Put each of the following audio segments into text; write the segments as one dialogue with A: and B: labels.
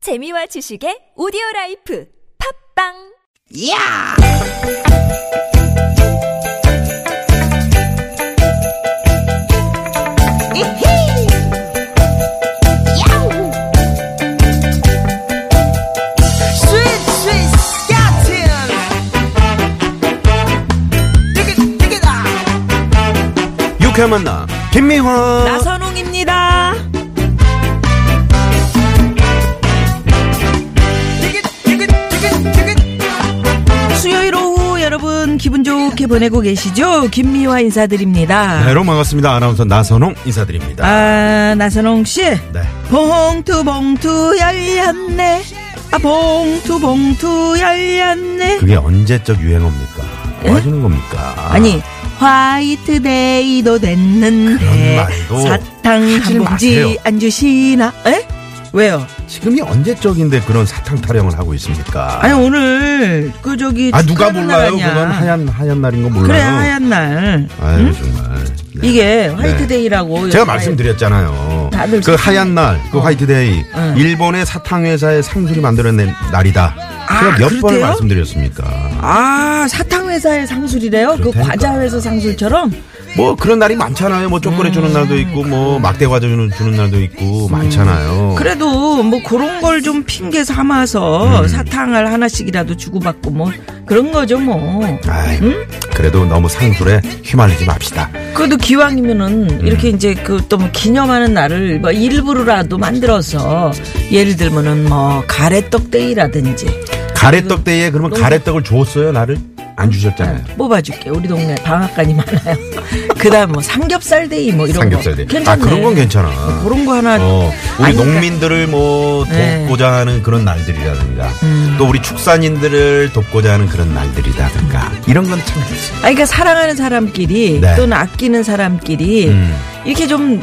A: 재미와 지식의 오디오 라이프 팝빵!
B: 야! 이히! 야우! 스윗 스윗 스카틴! 디귿 디귿아!
C: 유쾌한 만남 김미화
B: 나선홍입니다. 디귿 디귿 디귿 디귿
D: 수요일 오후 여러분 기분 좋게 보내고 계시죠? 김미화 인사드립니다.
C: 네, 여러분 반갑습니다 아나운서 나선홍 인사드립니다
D: 아 나선홍 씨
C: 네
D: 봉투 봉투 열렸네. 아 봉투 봉투 열렸네.
C: 그게 언제적 유행어입니까 뭐 하시는 겁니까
D: 네? 아니 화이트데이도 됐는데
C: 그런 말도
D: 사탕
C: 하지
D: 한
C: 마세요.
D: 봉지 안 주시나? 에? 왜요?
C: 지금이 언제적인데 그런 사탕 타령을 하고 있습니까
D: 아니 오늘 그 저기
C: 아, 누가
D: 축하하는 날
C: 몰라요
D: 아니야.
C: 그건 하얀 하얀 날인 거 몰라요
D: 그래 하얀 날.
C: 아유 정말 네.
D: 이게
C: 네.
D: 화이트데이라고
C: 제가
D: 여기
C: 말씀드렸잖아요.
D: 다들
C: 그
D: 사탕. 어.
C: 하얀 날, 그 화이트데이,
D: 응.
C: 일본의 사탕 회사의 상술이 만들어낸 날이다. 제가 몇 번을
D: 아, 그렇대요?
C: 말씀드렸습니까?
D: 아 사탕 회사의 상술이래요? 그
C: 그렇다니까.
D: 과자 회사 상술처럼?
C: 뭐 그런 날이 많잖아요. 뭐 초콜릿 주는 날도 있고, 뭐 막대 과자 주는, 주는 날도 있고 많잖아요.
D: 그래도 뭐 그런 걸 좀 핑계 삼아서
C: 음.
D: 사탕을 하나씩이라도 주고받고 뭐 그런 거죠 뭐.
C: 아이, 그래도 너무 상술에 휘말리지 맙시다.
D: 그래도 기왕이면은
C: 음.
D: 이렇게 이제 그 또 뭐 기념하는 날을 뭐 일부러라도 만들어서 예를 들면은 뭐 가래떡데이라든지
C: 가래떡 대에 그러면
D: 너무- 네,
C: 가래떡을 줬어요 나를 안 주셨잖아요.
D: 뽑아줄게 우리 동네 방앗간이 많아요. 그다음 뭐 삼겹살데이 뭐 이런
C: 삼겹살
D: 거.
C: 대. 아
D: 괜찮네.
C: 그런 건 괜찮아.
D: 그런 거 하나.
C: 어, 우리
D: 아니, 그러니까
C: 농민들을 뭐
D: 네. 음.
C: 돕고자 하는 그런 날들이라든가 또 우리 축산인들을 돕고자 하는 그런 날들이라든가 이런 건 참 좋습니다.
D: 아니, 그러니까 사랑하는 사람끼리
C: 네.
D: 또는 아끼는 사람끼리
C: 음.
D: 이렇게 좀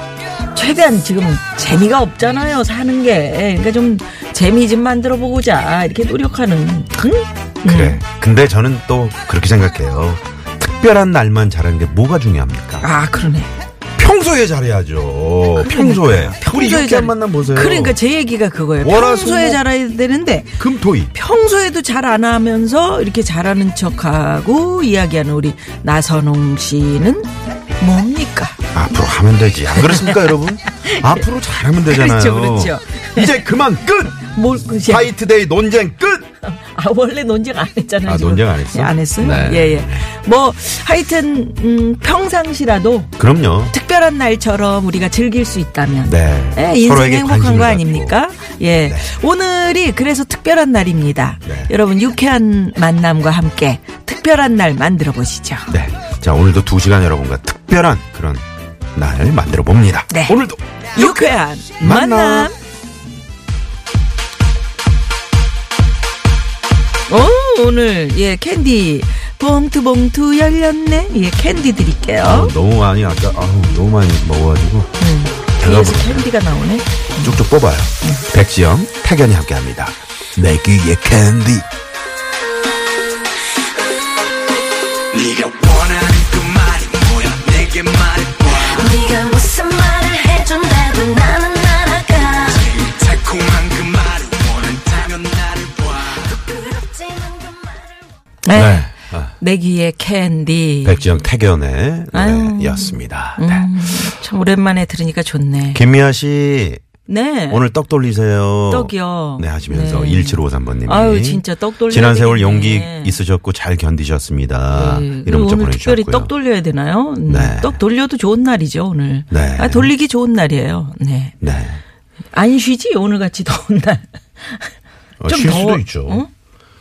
D: 최대한 지금 재미가 없잖아요 사는 게 그러니까 좀 재미 좀 만들어 보고자 이렇게 노력하는 응?
C: 그래. 근데 저는 또 그렇게 생각해요. 특별한 날만 잘하는 게 뭐가 중요합니까?
D: 아 그러네
C: 평소에 잘해야죠. 평소에. 우리
D: 그러니까. 평소에
C: 유쾌한
D: 잘-
C: 만남 보세요.
D: 그러니까 제 얘기가 그거예요
C: 월화수목.
D: 평소에 잘해야 되는데
C: 금토이.
D: 평소에도 잘 안 하면서 이렇게 잘하는 척하고 이야기하는 우리 나선홍 씨는 뭡니까?
C: 앞으로 하면 되지. 안 그렇습니까, 여러분? 앞으로 잘하면 되잖아요.
D: 그렇죠, 그렇죠.
C: 이제 그만 끝!
D: 뭘 그지?
C: 화이트데이 논쟁 끝!
D: 아 원래 논쟁 안 했잖아요.
C: 아,
D: 지금.
C: 논쟁 안 했어?
D: 예, 안 했어요?
C: 네.
D: 예, 예. 뭐 하여튼 음, 평상시라도
C: 그럼요.
D: 특별한 날처럼 우리가 즐길 수 있다면
C: 네.
D: 예,
C: 서로에게
D: 인생이 행복한
C: 관심을
D: 거
C: 갖고.
D: 아닙니까? 예.
C: 네.
D: 오늘이 그래서 특별한 날입니다.
C: 네.
D: 여러분 유쾌한 만남과 함께 특별한 날 만들어 보시죠.
C: 네. 자, 오늘도 두 시간 여러분과 특별한 그런 날 만들어 봅니다.
D: 네.
C: 오늘도
D: 유쾌한 만남.
C: 만남.
D: 오, 오늘 예 캔디 봉투 봉투 열렸네. 예 캔디 드릴게요.
C: 아우, 어, 너무 많이 아까 아우, 너무 많이 먹어가지고 배가
D: 뒤에서
C: 부르
D: 캔디가 나오네.
C: 쭉쭉 뽑아요. 백지영, 태견이 함께합니다. 내 귀에 캔디.
E: 네가 원하는 그 말이 뭐야 내게 말해봐
F: 네가 무슨 말을 해준다고 나는 알아가
E: 달콤한 그 말이 원한다면 나를 봐
F: 부럽지만 그 말을
D: 네.
C: 네. 아,
D: 내 귀에 캔디.
C: 백지영, 태견의
D: 예. 아유.
C: 노래였습니다. 네.
D: 음, 참 오랜만에 들으니까 좋네.
C: 김미아 씨,
D: 네.
C: 오늘 떡 돌리세요.
D: 떡이요.
C: 네, 하시면서
D: 네.
C: 1753번님이.
D: 아유, 진짜 떡 돌려야
C: 지난 세월 용기
D: 되겠네.
C: 있으셨고 잘 견디셨습니다.
D: 네.
C: 아, 이런 문자
D: 오늘 특별히
C: 보내주셨고요.
D: 떡 돌려야 되나요? 음,
C: 네.
D: 떡 돌려도 좋은 날이죠 오늘.
C: 네.
D: 아, 돌리기 좋은 날이에요. 네.
C: 네.
D: 안 쉬지 오늘 같이 더운 날.
C: 어,
D: 좀
C: 쉴
D: 더워-
C: 수도 있죠.
D: 어?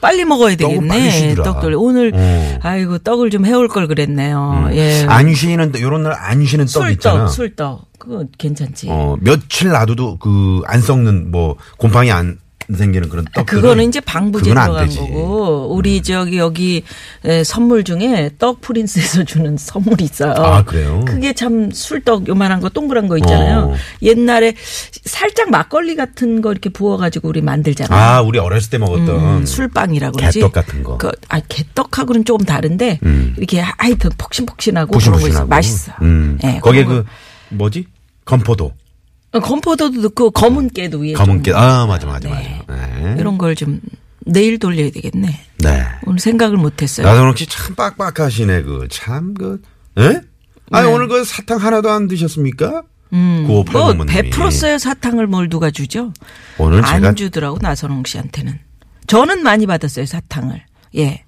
D: 빨리 먹어야
C: 떡은
D: 되겠네.
C: 빨리 쉬더라.
D: 떡돌 오늘
C: 어.
D: 아이고 떡을 좀 해올 걸 그랬네요. 예.
C: 안 쉬는 이런 날 안 쉬는 떡 있잖아.
D: 술떡 술떡 그거 괜찮지.
C: 어 며칠 놔둬도 그 안 썩는 뭐 곰팡이 안 생기는 그런 떡.
D: 아, 그거는 이제 방부제
C: 그건 안
D: 들어간
C: 되지. 음.
D: 거고 우리 저기 여기 에, 선물 중에 떡 프린스에서 주는 선물이 있어요.
C: 아, 그래요?
D: 그게 참 술떡 요만한 거 동그란 거 있잖아요.
C: 어.
D: 옛날에 살짝 막걸리 같은 거 이렇게 부어가지고 우리 만들잖아요.
C: 아 우리 어렸을 때 먹었던
D: 음, 술빵이라고 그러지.
C: 개떡 같은 거.
D: 그, 아, 개떡하고는 조금 다른데 이렇게 하여튼 폭신폭신하고 그런 거 있어.
C: 부심부심하고
D: 맛있어.
C: 음.
D: 예,
C: 거기에
D: 그런
C: 그 뭐지? 건포도,
D: 거. 건포도도 넣고 검은 깨도 위에
C: 검은
D: 좀.
C: 깨. 아 맞아 맞아 맞아. 네.
D: 이런 걸 좀 내일 돌려야 되겠네.
C: 네.
D: 오늘 생각을 못했어요.
C: 나도 혹시 참 빡빡하시네 그 참 그. 에? 아니 오늘 그 사탕 하나도 안 드셨습니까? 음.
D: 네. 뭐 베풀었어요 사탕을 뭘 누가 주죠?
C: 오늘
D: 안
C: 제가
D: 주더라고 나선홍 씨한테는. 저는 많이 받았어요 사탕을. 예,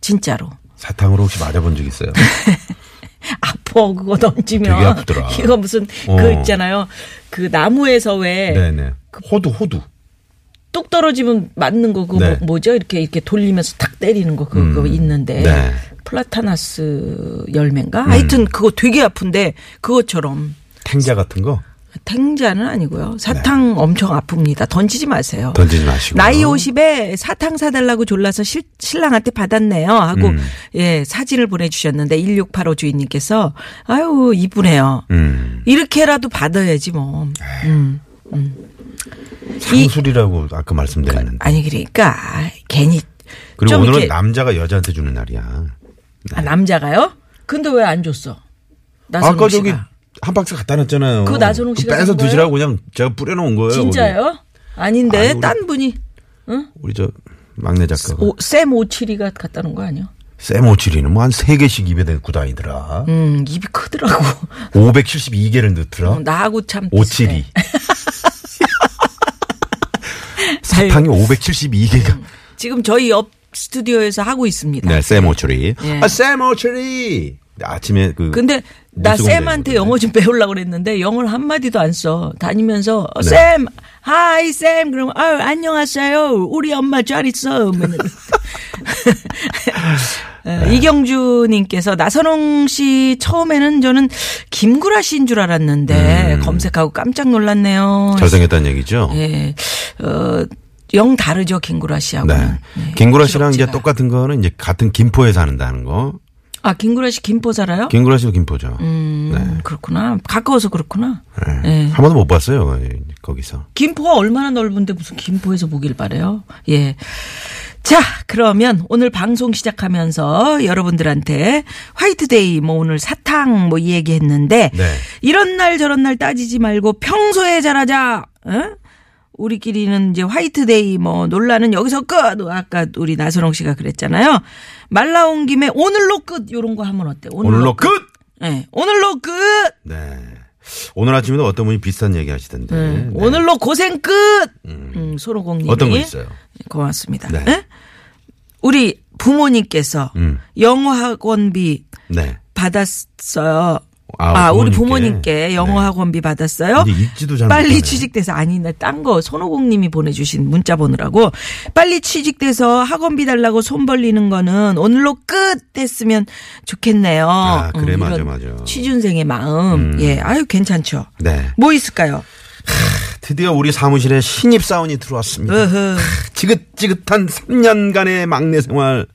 D: 진짜로.
C: 사탕으로 혹시 맞아본 적 있어요?
D: 아퍼 그거 던지면
C: 되게 아프더라.
D: 이거 무슨
C: 어.
D: 그 있잖아요. 그 나무에서 왜 뚝
C: 네네. 호두 호두.
D: 떨어지면 맞는 거 그거
C: 네.
D: 뭐, 죠 이렇게 이렇게 돌리면서 탁 때리는 거 그거 있는데
C: 네. 음.
D: 플라타나스 열매인가? 하여튼 그거 되게 아픈데 그것처럼
C: 탱자 같은 거
D: 탱자는 아니고요. 사탕 엄청 아픕니다. 던지지 마세요.
C: 네. 던지지 마시고.
D: 나이 50에 사탕 사달라고 졸라서 실, 신랑한테 받았네요. 하고,
C: 음.
D: 예, 사진을 보내주셨는데, 1685 주인님께서, 아유, 이쁘네요.
C: 음.
D: 이렇게라도 받아야지, 뭐.
C: 상술이라고 아까 말씀드렸는데.
D: 아니, 그러니까, 괜히.
C: 그리고
D: 좀
C: 오늘은
D: 이렇게-
C: 남자가 여자한테 주는 날이야. 네.
D: 아, 남자가요? 근데 왜 안 줬어? 나선홍
C: 아까
D: 씨가.
C: 저기 네, 한 박스 갖다 놨잖아요.
D: 그거 나선홍 씨가
C: 빼서
D: 산 거예요?
C: 드시라고 그냥 제가 뿌려놓은 거예요. 거기.
D: 진짜요? 아닌데,
C: 아니, 우리-
D: 딴 분이,
C: 우리 저 막내 작가가
D: 오, 쌤 572가 갔다는 거 아니야?
C: 세모치리는 뭐 한 세개씩 입에 넣고 다니더라.
D: 음, 입이 크더라고.
C: 572개를 넣더라.
D: 나하고 참. 비슷해.
C: 572. 사탕이
D: 음.
C: 572개가.
D: 지금 저희 옆 스튜디오에서 하고 있습니다.
C: 네, 세모추리.
D: 예.
C: 아, 세모추리! 아침에 그.
D: 근데 나
C: 뉴스 공장에
D: 쌤한테
C: 있거든요.
D: 영어 좀 배우려고 그랬는데 영어를 한 마디도 안 써. 다니면서 어,
C: 네.
D: 쌤, 하이 쌤, 그럼 아 안녕하세요. 우리 엄마 잘 있어. 뭐 이런. 어, 이경주님께서 나선홍 씨 처음에는 저는 김구라 씨인 줄 알았는데 검색하고 깜짝 놀랐네요.
C: 음. 잘생겼다는 얘기죠?
D: 예, 어영 다르죠 김구라 씨하고.
C: 네.
D: 는
C: 김구라 씨랑 이제 똑같은 거는 이제 같은 김포에 사는다는 거.
D: 아 김구라 씨 김포 살아요?
C: 김구라 씨도 김포죠.
D: 음, 그렇구나. 가까워서 그렇구나.
C: 네.
D: 예.
C: 한 번도 못 봤어요. 거기서.
D: 김포가 얼마나 넓은데 무슨 김포에서 보길 바래요. 예. 자, 그러면 오늘 방송 시작하면서 여러분들한테 화이트데이 뭐 오늘 사탕 뭐 얘기했는데
C: 네.
D: 이런 날 저런 날 따지지 말고 평소에 잘하자. 응? 우리끼리는 이제 화이트데이 뭐 논란은 여기서 끝. 아까 우리 나선홍 씨가 그랬잖아요. 말 나온 김에 오늘로 끝 요런 거 하면 어때?
C: 오늘로 끝!
D: 끝. 예. 오늘로 끝.
C: 네. 오늘 아침에도 어떤 분이 비슷한 얘기 하시던데. 네.
D: 오늘로 고생 끝. 음, 소로공님.
C: 어떤 거 있어요?
D: 고맙습니다.
C: 네.
D: 예? 우리 부모님께서
C: 음.
D: 영어 학원비
C: 네.
D: 받았어요.
C: 아,
D: 아, 우리
C: 부모님께.
D: 부모님께 영어
C: 네.
D: 학원비 받았어요.
C: 이게 읽지도 잘
D: 빨리
C: 못하네.
D: 취직돼서 아니 나딴거 손오공님이 보내주신 문자 보느라고 빨리 취직돼서 학원비 달라고 손 벌리는 거는 오늘로 끝 됐으면 좋겠네요. 음,
C: 아, 그래, 맞아,
D: 이런
C: 맞아.
D: 취준생의 마음, 예, 아유 괜찮죠.
C: 네.
D: 뭐 있을까요?
C: 드디어 우리 사무실에 신입사원이 들어왔습니다.
D: 으흐.
C: 지긋지긋한 3년간의 막내 생활.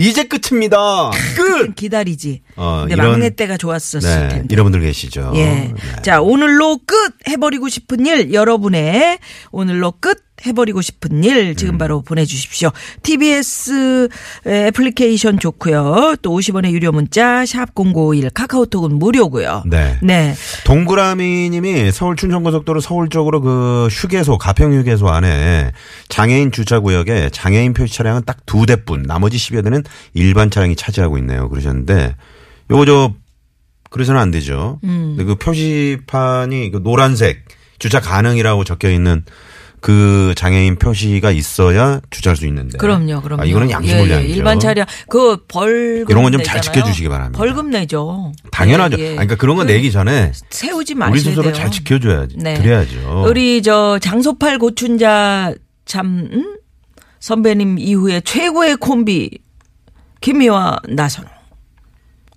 C: 이제 끝입니다. 끝!
D: 기다리지.
C: 어,
D: 근데
C: 이런-
D: 막내 때가 좋았었을
C: 네.
D: 텐데.
C: 여러분들 계시죠.
D: 예. 자, 오늘로 끝 해버리고 싶은 일, 여러분의 오늘로 끝 해버리고 싶은 일, 지금
C: 음.
D: 바로 보내주십시오. TBS 애플리케이션 좋고요. 또 50원의 유료 문자, 샵0951, 카카오톡은 무료고요.
C: 네.
D: 네.
C: 동그라미 님이 서울 춘천고속도로 서울 쪽으로 그 휴게소, 가평 휴게소 안에 장애인 주차구역에 장애인 표시 차량은 딱 두 대뿐 나머지 10여 대는 일반 차량이 차지하고 있네요. 그러셨는데 요거 저 그래서는 안 되죠.
D: 음.
C: 근데 그 표시판이 그 노란색 주차 가능이라고 적혀 있는 그 장애인 표시가 있어야 주차할 수 있는데.
D: 그럼요, 그럼요.
C: 아, 이거는 양심
D: 예, 예.
C: 논리죠.
D: 일반 차량, 그 벌금.
C: 이런 건좀잘
D: 내잖아요.
C: 지켜주시기 바랍니다.
D: 벌금 내죠.
C: 당연하죠.
D: 예, 예.
C: 아니, 그러니까 그런 거 내기 전에
D: 세우지
C: 우리
D: 마셔야 돼요. 네.
C: 스스로 잘 지켜줘야지. 드려야죠.
D: 우리 저 장소팔 고춘자 참 음? 선배님 이후에 최고의 콤비 김희와 나선호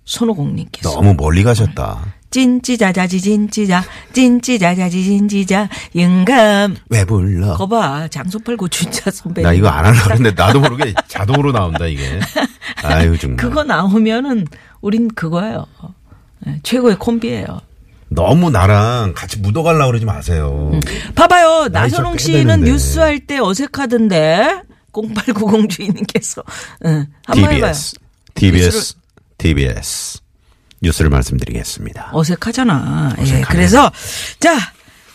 D: 손오공님께서
C: 너무 멀리 가셨다.
D: 찐찌자자지 찐찌자 찐찌자자지 찐찌자 영감
C: 왜 불러?
D: 거봐 장소팔 고춘자 선배님
C: 나 이거 안 하려고 했는데 나도 모르게 자동으로 나온다 이게. 아유 정말.
D: 그거 나오면은 우린 그거예요 예, 최고의 콤비예요
C: 너무 나랑 같이 묻어가려고 그러지 마세요.
D: 음. 봐봐요.
C: 나이
D: 나선홍
C: 좀
D: 씨는
C: 빼는데.
D: 뉴스 할 때 어색하던데. 0890 주인님께서. 응. 한번 해봐요.
C: TBS, TBS, TBS 뉴스를 말씀드리겠습니다.
D: 어. 어색하잖아. 예.
C: 어색하네.
D: 그래서 자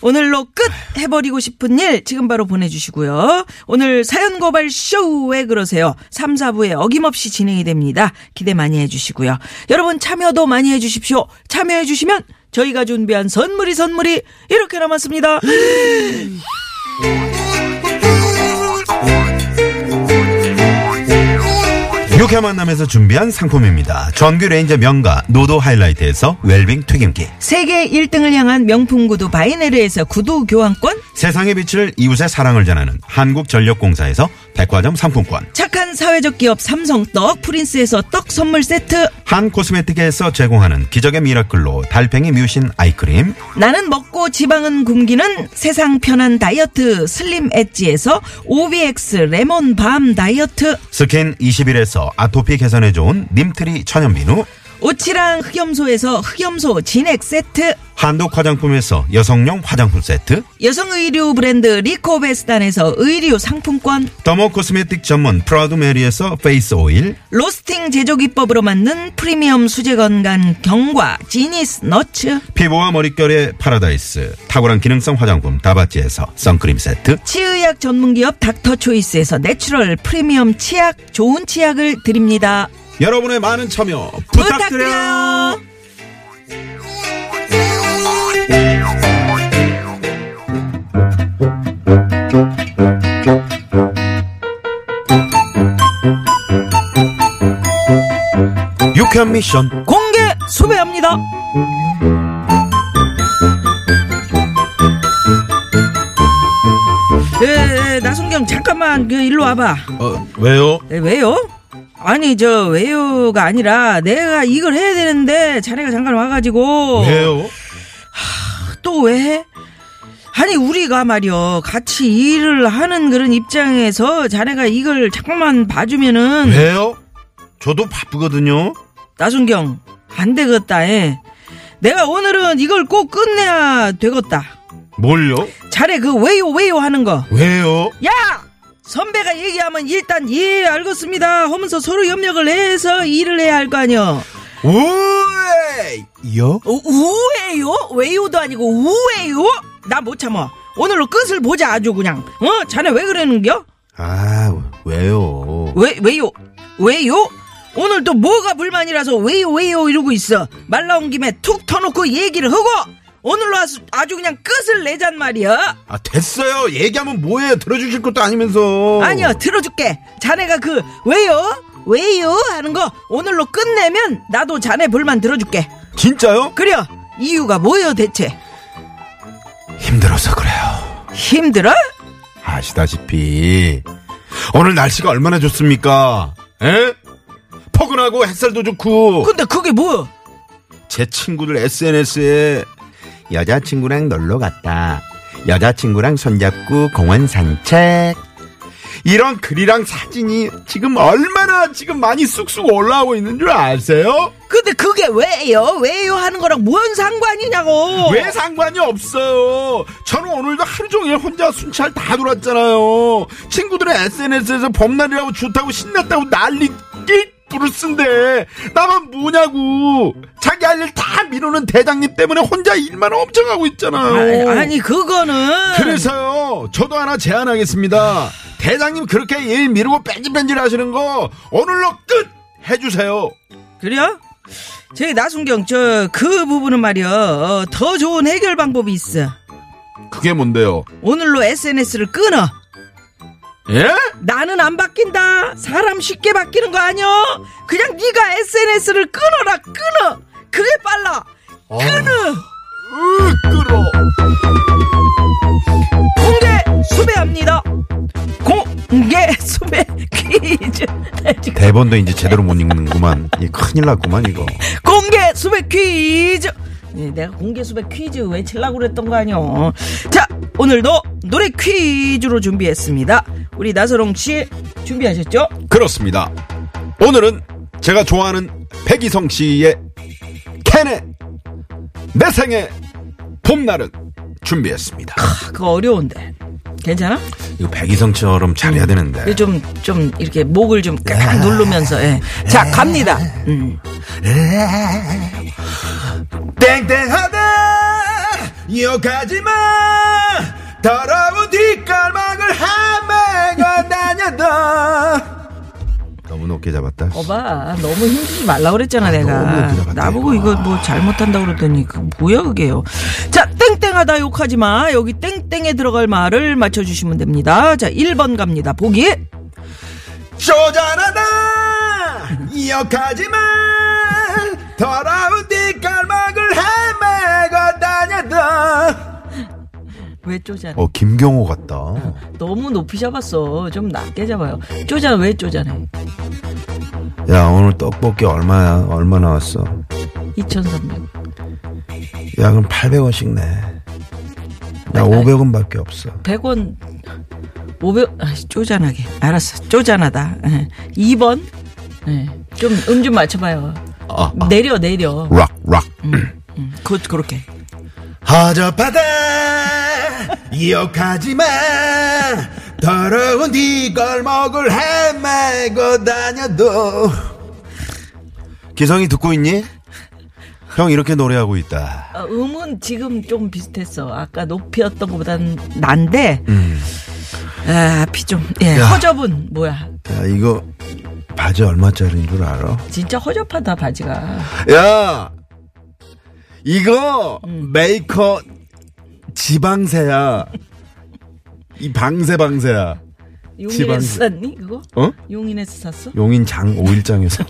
D: 오늘로 끝 해버리고 싶은 일 지금 바로 보내주시고요. 오늘 사연 고발 쇼왜 그러세요? 3, 4부에 어김없이 진행이 됩니다. 기대 많이 해주시고요. 여러분 참여도 많이 해주십시오. 참여해주시면 저희가 준비한 선물이 선물이 이렇게 남았습니다.
C: 유쾌 만남에서 준비한 상품입니다. 전규 레인저 명가 노도 하이라이트에서 웰빙 튀김기.
D: 세계 1등을 향한 명품 구두 바이네르에서 구두 교환권
C: 세상의 빛을 이웃의 사랑을 전하는 한국전력공사에서 백화점 상품권.
D: 착한 사회적 기업 삼성 떡 프린스에서 떡 선물 세트
C: 한 코스메틱에서 제공하는 기적의 미라클로 달팽이 뮤신 아이크림.
D: 나는 먹고 지방은 굶기는 세상 편한 다이어트 슬림 엣지에서 OBX 레몬 밤 다이어트
C: 스킨 21에서 아토피 개선에 좋은 님트리 천연비누.
D: 오치랑 흑염소에서 흑염소 진액 세트
C: 한독 화장품에서 여성용 화장품 세트.
D: 여성 의류 브랜드 리코베스단에서 의류 상품권
C: 더모 코스메틱 전문 프라우드 메리에서 페이스 오일.
D: 로스팅 제조 기법으로 만든 프리미엄 수제 건강 경과 지니스 너츠
C: 피부와 머릿결의 파라다이스. 탁월한 기능성 화장품 다바찌에서 선크림 세트.
D: 치의학 전문기업 닥터초이스에서 내추럴 프리미엄 치약 좋은 치약을 드립니다.
C: 여러분의 많은 참여 부탁드려요.
D: 부탁드려요.
C: 유쾌한 미션.
D: 공개 수배합니다. 예, 예, 나순경 잠깐만 그 일로 와봐.
C: 어, 왜요?
D: 예, 왜요? 아니 저 왜요가 아니라 내가 이걸 해야 되는데 자네가 잠깐
C: 어.
D: 와가지고
C: 왜요?
D: 또 왜? 아니 우리가 말이요 같이 일을 하는 그런 입장에서 자네가 이걸 잠깐만
C: 음.
D: 봐주면은
C: 왜요? 저도 바쁘거든요.
D: 나순경 안 되겠다 에 내가 오늘은 이걸 꼭 끝내야 되겠다
C: 뭘요?
D: 자네 그 왜요 왜요 하는 거 야
C: 왜요?
D: 선배가 얘기하면 일단 예 알겠습니다 하면서 서로 협력을 해서 일을 해야 할 거 아니여 어,
C: 왜요?
D: 우에요 왜요도 아니고 우에요 나 못 참어 오늘로 끝을 보자 아주 그냥 어 자네 왜 그러는겨
C: 아, 왜요?
D: 왜, 왜요? 왜요? 오늘 또 뭐가 불만이라서 왜요, 왜요 이러고 있어. 말 나온 김에 툭 터놓고 얘기를 하고, 오늘로 아주, 아주 그냥 끝을 내잔 말이야.
C: 아, 됐어요. 얘기하면 뭐예요? 들어주실 것도 아니면서.
D: 아니야, 들어줄게. 자네가 그, 왜요? 왜요? 하는 거 오늘로 끝내면 나도 자네 불만 들어줄게.
C: 진짜요?
D: 그래, 이유가 뭐여 대체?
C: 힘들어서 그래요.
D: 힘들어?
C: 아시다시피 오늘 날씨가 얼마나 좋습니까? 에? 포근하고 햇살도 좋고
D: 근데 그게 뭐?
C: 제 친구들 SNS에 여자친구랑 놀러 갔다. 여자친구랑 손잡고 공원 산책. 이런 글이랑 사진이 지금 얼마나 지금 많이 쑥쑥 올라오고 있는 줄 아세요?
D: 근데 그게 왜요? 왜요? 하는 거랑 뭔 상관이냐고.
C: 왜 상관이 없어요? 저는 오늘도 하루 종일 혼자 순찰 다 돌았잖아요. 친구들의 SNS에서 봄날이라고 좋다고 신났다고 난리 낄 브루스인데 나만 뭐냐고 자기 할 일 다 미루는 대장님 때문에 혼자 일만 엄청 하고 있잖아요.
D: 아니, 아니, 그거는.
C: 그래서요 저도 하나 제안하겠습니다. 대장님 그렇게 일 미루고 뺀질뺀질 하시는 거 오늘로 끝 해주세요.
D: 그래요? 저희 나순경 저 그 부분은 말이요 어, 더 좋은 해결 방법이 있어
C: 그게 뭔데요?
D: 오늘로 SNS를 끊어
C: 예?
D: 나는 안 바뀐다 사람 쉽게 바뀌는 거 아니여 그냥 네가 SNS를 끊어라 끊어 그게 빨라 끊어
C: 으 끌어.
D: 공개 수배합니다 공개 수배 퀴즈 나 지금
C: 대본도 이제 제대로 못 읽는구만. 이 큰일 났구만 이거.
D: 공개 수백 퀴즈 예, 내가 공개 수백 퀴즈 왜 칠라고 그랬던 거 아니오 자 오늘도 노래 퀴즈로 준비했습니다 우리 나서롱 씨 준비하셨죠
C: 그렇습니다. 오늘은 제가 좋아하는 백이성 씨의 캔의 내 생의 봄날은 준비했습니다.
D: 아, 그거 어려운데 괜찮아
C: 이거 백이성처럼 잘해야 되는데.
D: 좀좀 이렇게 목을 좀
C: 아.
D: 깍 누르면서 예. 자 갑니다 음.
C: 땡땡하다
G: 이어가지마 더러운 뒷골망을 하매고 다녀도
C: 너무 높게 잡았다.
D: 어, 거봐 너무 힘주지 말라 그랬잖아
C: 너무
D: 내가
C: 이렇게 잡았네.
D: 나보고 이거 뭐 잘못한다 그러더니 그 뭐야 그게요 자 땡땡하다 욕하지 마 여기 땡땡에 들어갈 말을 맞춰주시면 됩니다 자 1번 갑니다 보기
G: 쪼잔하다 이어가지마 더러운 뒷골망을 하매고 다녀도
D: 왜 쪼잔
C: 어, 김경호 같다.
D: 너무 높이 잡았어 좀 낮게 잡아요 쪼잔 왜 쪼잔해
C: 야, 오늘 떡볶이 얼마야? 얼마 나왔어?
D: 2300
C: 야, 그럼 800원씩 내. 나 500원 밖에 없어.
D: 100원 500 아, 쪼잔하게 알았어 쪼잔하다 예. 2번 좀 음 좀 맞춰봐요
C: 아, 아.
D: 내려 내려
C: 락, 락.
D: 그, 그렇게
G: 허접하다 이욕하지마 더러운 네 걸목을 헤매고 다녀도
C: 기성이 듣고 있니? 형 이렇게 노래하고 있다.
D: 어, 음은 지금 좀 비슷했어. 아까 높이었던 것보단 난데. 아, 피 좀. 예.
C: 야.
D: 허접은 뭐야?
C: 야, 이거 바지 얼마짜리인 줄 알아?
D: 진짜 허접하다 바지가.
G: 야 이거 메이커 지방세야 이 방세 방세야 지방-
D: 용인에서 샀니 그거?
G: 어?
D: 용인에서 샀어?
C: 용인 장 5일장에서.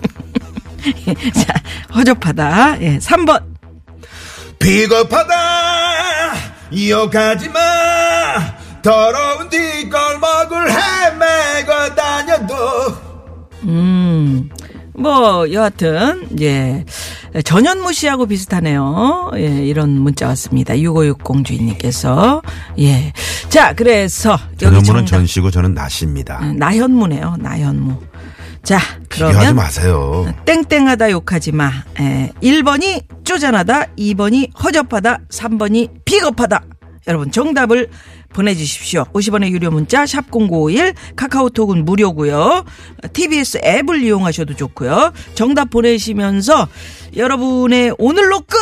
D: 예, 자, 허접하다. 예. 3번.
G: 비겁하다 이욕하지마 더러운 네 걸목을 헤매고 다녀도
D: 음, 뭐 여하튼 예. 전현무시하고 비슷하네요. 예, 이런 문자 왔습니다. 6560 주인님께서 예. 자, 그래서 여기
C: 전현무는
D: 정답.
C: 전시고 저는 나시입니다.
D: 아, 나현무네요. 나현무. 자,
C: 비교하지
D: 그러면 음.
C: 마세요.
D: 땡땡하다 욕하지 마. 에, 1번이 쪼잔하다, 2번이 허접하다, 3번이 비겁하다. 여러분 정답을 보내주십시오. 50원의 유료 문자 샵 #0951 카카오톡은 무료고요. TBS 앱을 이용하셔도 좋고요. 정답 보내시면서 여러분의 오늘로 끝,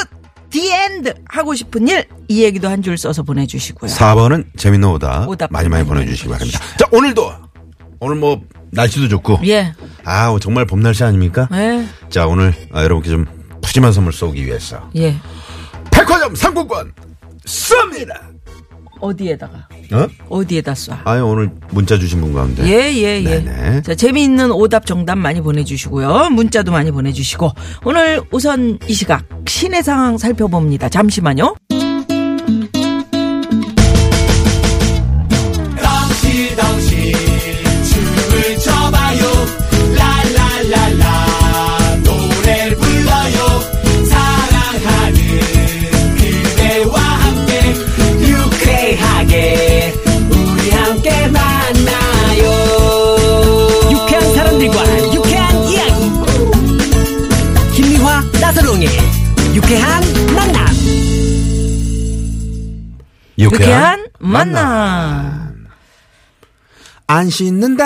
D: the end 하고 싶은 일 이 얘기도 한 줄 써서 보내주시고요.
C: 4번은 재밌는 오다.
D: 오답
C: 많이 많이
D: 많이
C: 보내주시기
D: 보내주십시오.
C: 바랍니다. 자, 오늘도! 오늘 뭐, 날씨도 좋고.
D: 예,
C: 아, 정말 봄 날씨 아닙니까?
D: 예,
C: 자, 오늘 아, 여러분께 좀 푸짐한 선물 쏘기 위해서.
D: 예.
G: 백화점 상품권 쏩니다
D: 어디에다가
C: 어?
D: 어디에다 쏴?
C: 아유, 오늘 문자 주신 분 가운데.
D: 예, 예, 예.
C: 네네.
D: 자, 재미있는 오답 정답 많이 보내주시고요. 문자도 많이 보내주시고. 오늘 우선 이 시각 시내 상황 살펴봅니다. 잠시만요.
H: 유쾌한 사람들과 유쾌한 이야기 김미화 나서롱의 유쾌한 만남
D: 유쾌한 만남.
C: 안 씻는다.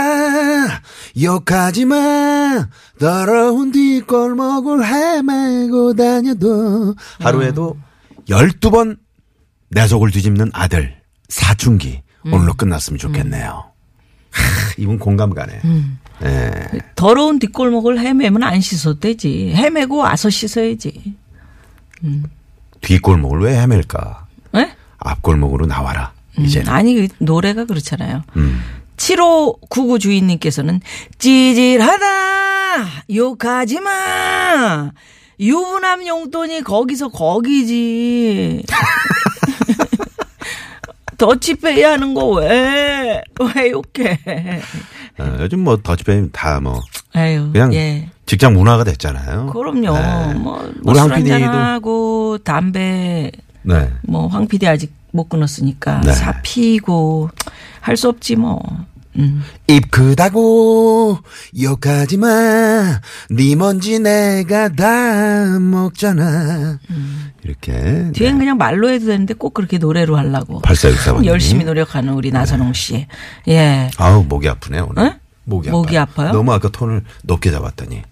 C: 욕하지 마. 더러운 뒷골목을 헤매고 다녀도. 하루에도 12번 내 속을 뒤집는 아들, 사춘기.
D: 음.
C: 오늘로 끝났으면 좋겠네요. 하, 이분 공감 가네.
D: 음.
C: 예.
D: 더러운 뒷골목을 헤매면 안 씻어도 되지. 헤매고 와서 씻어야지.
C: 뒷골목을 왜 헤맬까?
D: 예?
C: 앞골목으로 나와라.
D: 음,
C: 이제
D: 아니, 그 노래가 그렇잖아요.
C: 음.
D: 7599 주인님께서는 찌질하다! 욕하지 마! 유부남 용돈이 거기서 거기지. 더치페이 하는 거 왜? 왜 욕해?
C: 어, 요즘 뭐 더치페이 다뭐
D: 아유.
C: 그냥
D: 예.
C: 직장 문화가 됐잖아요.
D: 그럼요.
C: 네.
D: 뭐, 뭐
C: 우리
D: 술
C: 한 PD도
D: 한잔하고, 담배,
C: 네.
D: 뭐, 황 PD 아직 못 끊었으니까,
C: 네.
D: 사 피고, 할 수 없지 뭐. 음.
C: 입 크다고 욕하지 마. 네 먼지 내가 다 먹잖아. 이렇게. 네.
D: 뒤엔 그냥 말로 해도 되는데 꼭 그렇게 노래로 하려고. 참
C: 8464번.
D: 열심히 노력하는 우리
C: 네.
D: 나선홍 씨. 예.
C: 아우, 목이 아프네, 오늘.
D: 응?
C: 목이,
D: 목이
C: 아파요.
D: 아파요?
C: 너무 아까 톤을 높게 잡았더니.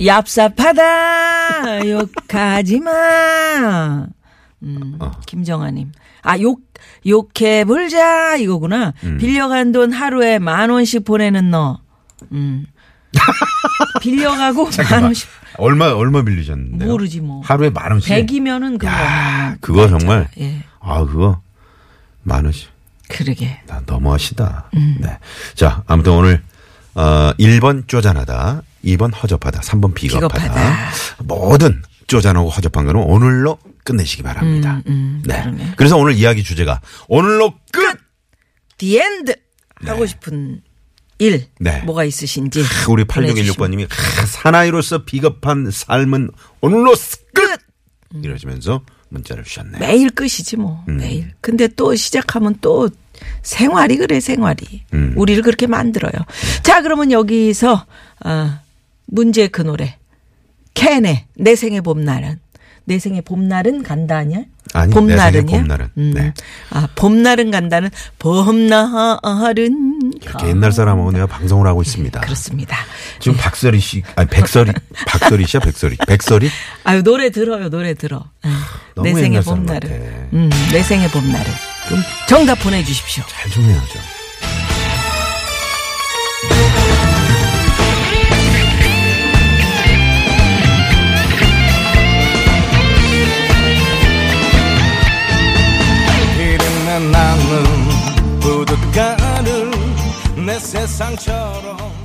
D: 얍삽하다 욕하지 마. 음,
C: 어.
D: 김정아님. 아, 욕, 욕해불자, 이거구나.
C: 음.
D: 빌려간 돈 하루에 만 원씩 보내는 너. 음. 빌려가고 만 원씩.
C: 얼마 얼마 빌리셨는데?
D: 모르지 뭐.
C: 하루에 만 원씩.
D: 100이면은 그거.
C: 야,
D: 얼마나.
C: 그거 정말.
D: 예.
C: 아 그거 만 원씩.
D: 그러게.
C: 나 아, 너무하시다. 네. 자, 아무튼 오늘 어 1번 쪼잔하다, 2번 허접하다, 3번 비겁하다.
D: 비겁하다.
C: 모든 쪼잔하고 허접한 거는 오늘로 끝내시기 바랍니다. 네. 그래서 오늘 이야기 주제가 오늘로 끝.
D: The end! 하고 싶은 일.
C: 네.
D: 뭐가 있으신지.
C: 크, 우리
D: 보내주시면
C: 8616번님이 사나이로서 비겁한 삶은 오늘로 끝. 이러시면서 문자를 주셨네요.
D: 매일 끝이지 뭐
C: 음.
D: 매일. 근데 또 시작하면 또 생활이 그래 생활이.
C: 음.
D: 우리를 그렇게 만들어요. 자 그러면 여기서 아, 문제 그 노래 캔의 내 생의 봄날은 내 생의 봄날은 간다냐?
C: 아니, 내 생의 봄날은.
D: 음.
C: 네.
D: 아 봄날은 간다는 봄날은
C: 이렇게 옛날 사람하고 내가 방송을 하고 있습니다.
D: 그렇습니다.
C: 지금 박설이 씨, 아니 백설이, 박설이 씨야 백설이, 백설이.
D: 아유 노래 들어요 노래 들어. 응.
C: 너무
D: 내 생의
C: 옛날 사람
D: 봄날은.
C: 같아.
D: 음, 내 생의 봄날은. 정답 보내주십시오.
C: 잘 좀 해야죠.
E: 이랬나 나는 부둣가를 내 세상처럼